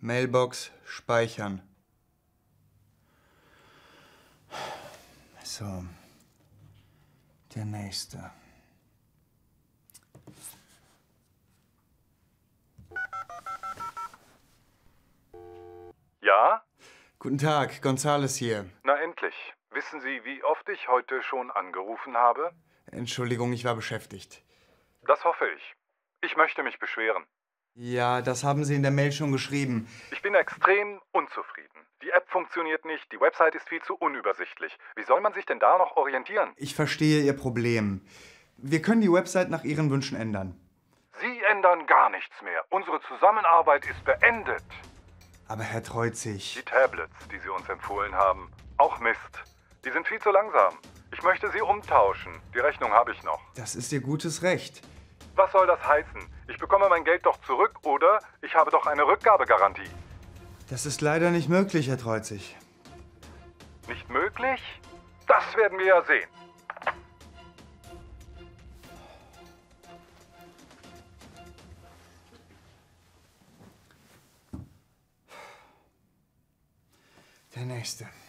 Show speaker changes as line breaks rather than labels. Mailbox speichern. So. Der nächste.
Ja?
Guten Tag, Gonzales hier.
Na endlich. Wissen Sie, wie oft ich heute schon angerufen habe?
Entschuldigung, ich war beschäftigt.
Das hoffe ich. Ich möchte mich beschweren.
Ja, das haben Sie in der Mail schon geschrieben.
Ich bin extrem unzufrieden. Die App funktioniert nicht, die Website ist viel zu unübersichtlich. Wie soll man sich denn da noch orientieren?
Ich verstehe Ihr Problem. Wir können die Website nach Ihren Wünschen ändern.
Sie ändern gar nichts mehr. Unsere Zusammenarbeit ist beendet.
Aber Herr Treuzig,
Die Tablets, die Sie uns empfohlen haben, auch Mist. Die sind viel zu langsam. Ich möchte sie umtauschen. Die Rechnung habe ich noch.
das ist Ihr gutes Recht.
Was soll das heißen? Ich bekomme mein Geld doch zurück oder ich habe doch eine Rückgabegarantie.
Das ist leider nicht möglich, Herr Treuzig.
Nicht möglich? Das werden wir ja sehen.
Der nächste.